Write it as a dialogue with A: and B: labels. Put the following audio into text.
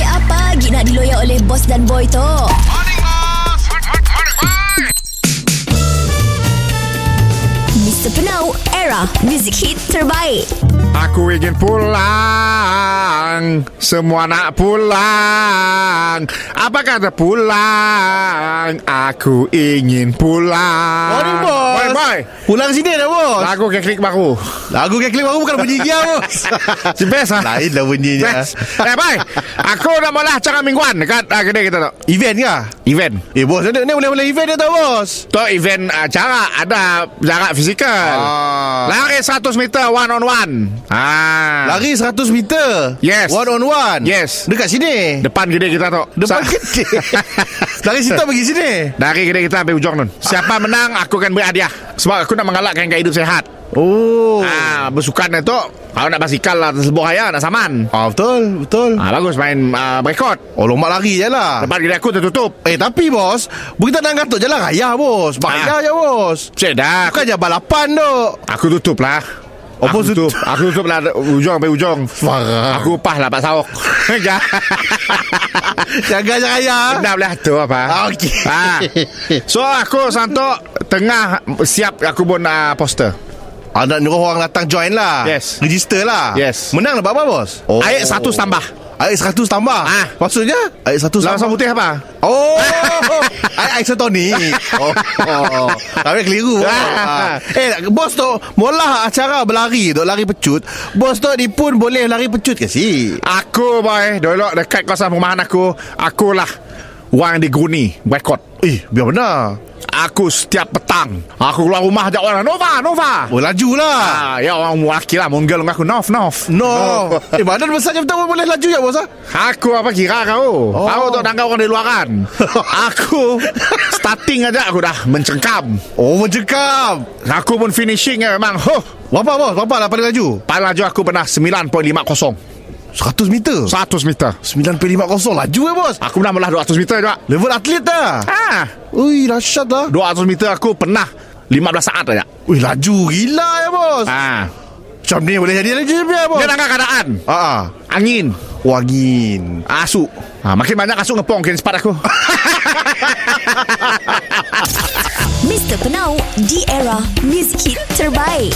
A: lagi nak diloyak oleh bos dan boy tu? Mr. Penau, era music hit terbaik.
B: Aku ingin pulang Semua nak pulang Apa kata pulang Aku ingin pulang
C: Morning bos
B: Morning boy
C: Pulang sini dah bos
B: Lagu keklik baru
C: Lagu kek klik baru bukan bunyi dia bos
B: Si best lah
C: Lain lah bunyinya
B: Best Eh boy Aku nak mula acara mingguan Dekat uh, kedai kita tu
C: Event kah?
B: Event
C: Eh bos ni ni boleh-boleh event dia tau bos
B: Tu event acara Ada jarak fizikal
C: Ah.
B: Lari 100 meter one on one ah.
C: Lari 100 meter
B: Yes.
C: One on one
B: Yes.
C: Dekat sini
B: Depan kedai kita tu
C: Depan
B: Sa-
C: gede Lari situ pergi sini
B: Dari kedai kita sampai ujung nun Siapa menang Aku akan beri hadiah Sebab aku nak mengalakkan gaya hidup sehat
C: Oh
B: Ah, bersukan itu Kalau nak basikal lah Tersebut raya Nak saman
C: Ah betul Betul
B: ah, Bagus main ah, Berikot
C: Oh lompat lari je lah
B: Depan kedai aku tertutup
C: Eh tapi bos Bukit tak nak gantuk jalan raya bos
B: Ah.
C: Bahaya je bos
B: Cik dah aku,
C: Bukan je balapan dok
B: aku tutup lah
C: Apa
B: aku
C: tutup?
B: Aku tutup lah Ujung sampai ujung
C: Farah.
B: Aku upah lah Pak Saok Ya
C: Jaga je raya
B: Dah boleh atur apa
C: Ah, okey.
B: ah. So aku santok Tengah Siap aku pun ah, poster
C: Ah, nak nyuruh orang datang join lah
B: Yes.
C: Register lah
B: Yes.
C: Menang dapat apa bos?
B: oh. Ayat satu tambah
C: Air 100 tambah
B: Ah.
C: Maksudnya Air 100
B: Langsung
C: tambah
B: putih apa
C: Oh Air isotonik Oh, oh. Tapi keliru
B: Ah.
C: ah. Eh bos tu Mula acara berlari tu Lari pecut Bos tu ni pun boleh lari pecut ke si
B: Aku boy Dulu dekat kawasan perumahan aku Akulah Orang yang diguni Rekod
C: Eh biar benar
B: Aku setiap petang Aku keluar rumah ajak orang Nova Nova
C: Oh laju lah
B: ah, Ya orang lelaki lah Monggol dengan aku Nov Nov
C: No Eh badan besarnya betul boleh laju ya bos ah?
B: Aku apa kira kau oh. Kau tak dangkau orang di luaran Aku Starting aja aku dah Mencengkam
C: Oh mencekam
B: Aku pun finishing ya memang Huh
C: Berapa bos? Berapa lah paling laju?
B: Paling laju aku pernah 9.50
C: 100 meter
B: 100 meter
C: 9.50 laju eh bos
B: Aku pernah melah 200 meter juga
C: Level atlet dah
B: Ah,
C: Ui dahsyat dah
B: 200 meter aku pernah 15 saat aja
C: Ui laju gila ya bos
B: Ah,
C: Macam ni boleh jadi laju je bos
B: Dia tangkap keadaan
C: Ah, ah.
B: Angin
C: Wangin
B: Asuk ha, Makin banyak asuk ngepong Kena cepat aku
A: Mr. Penau, di era music hit terbaik.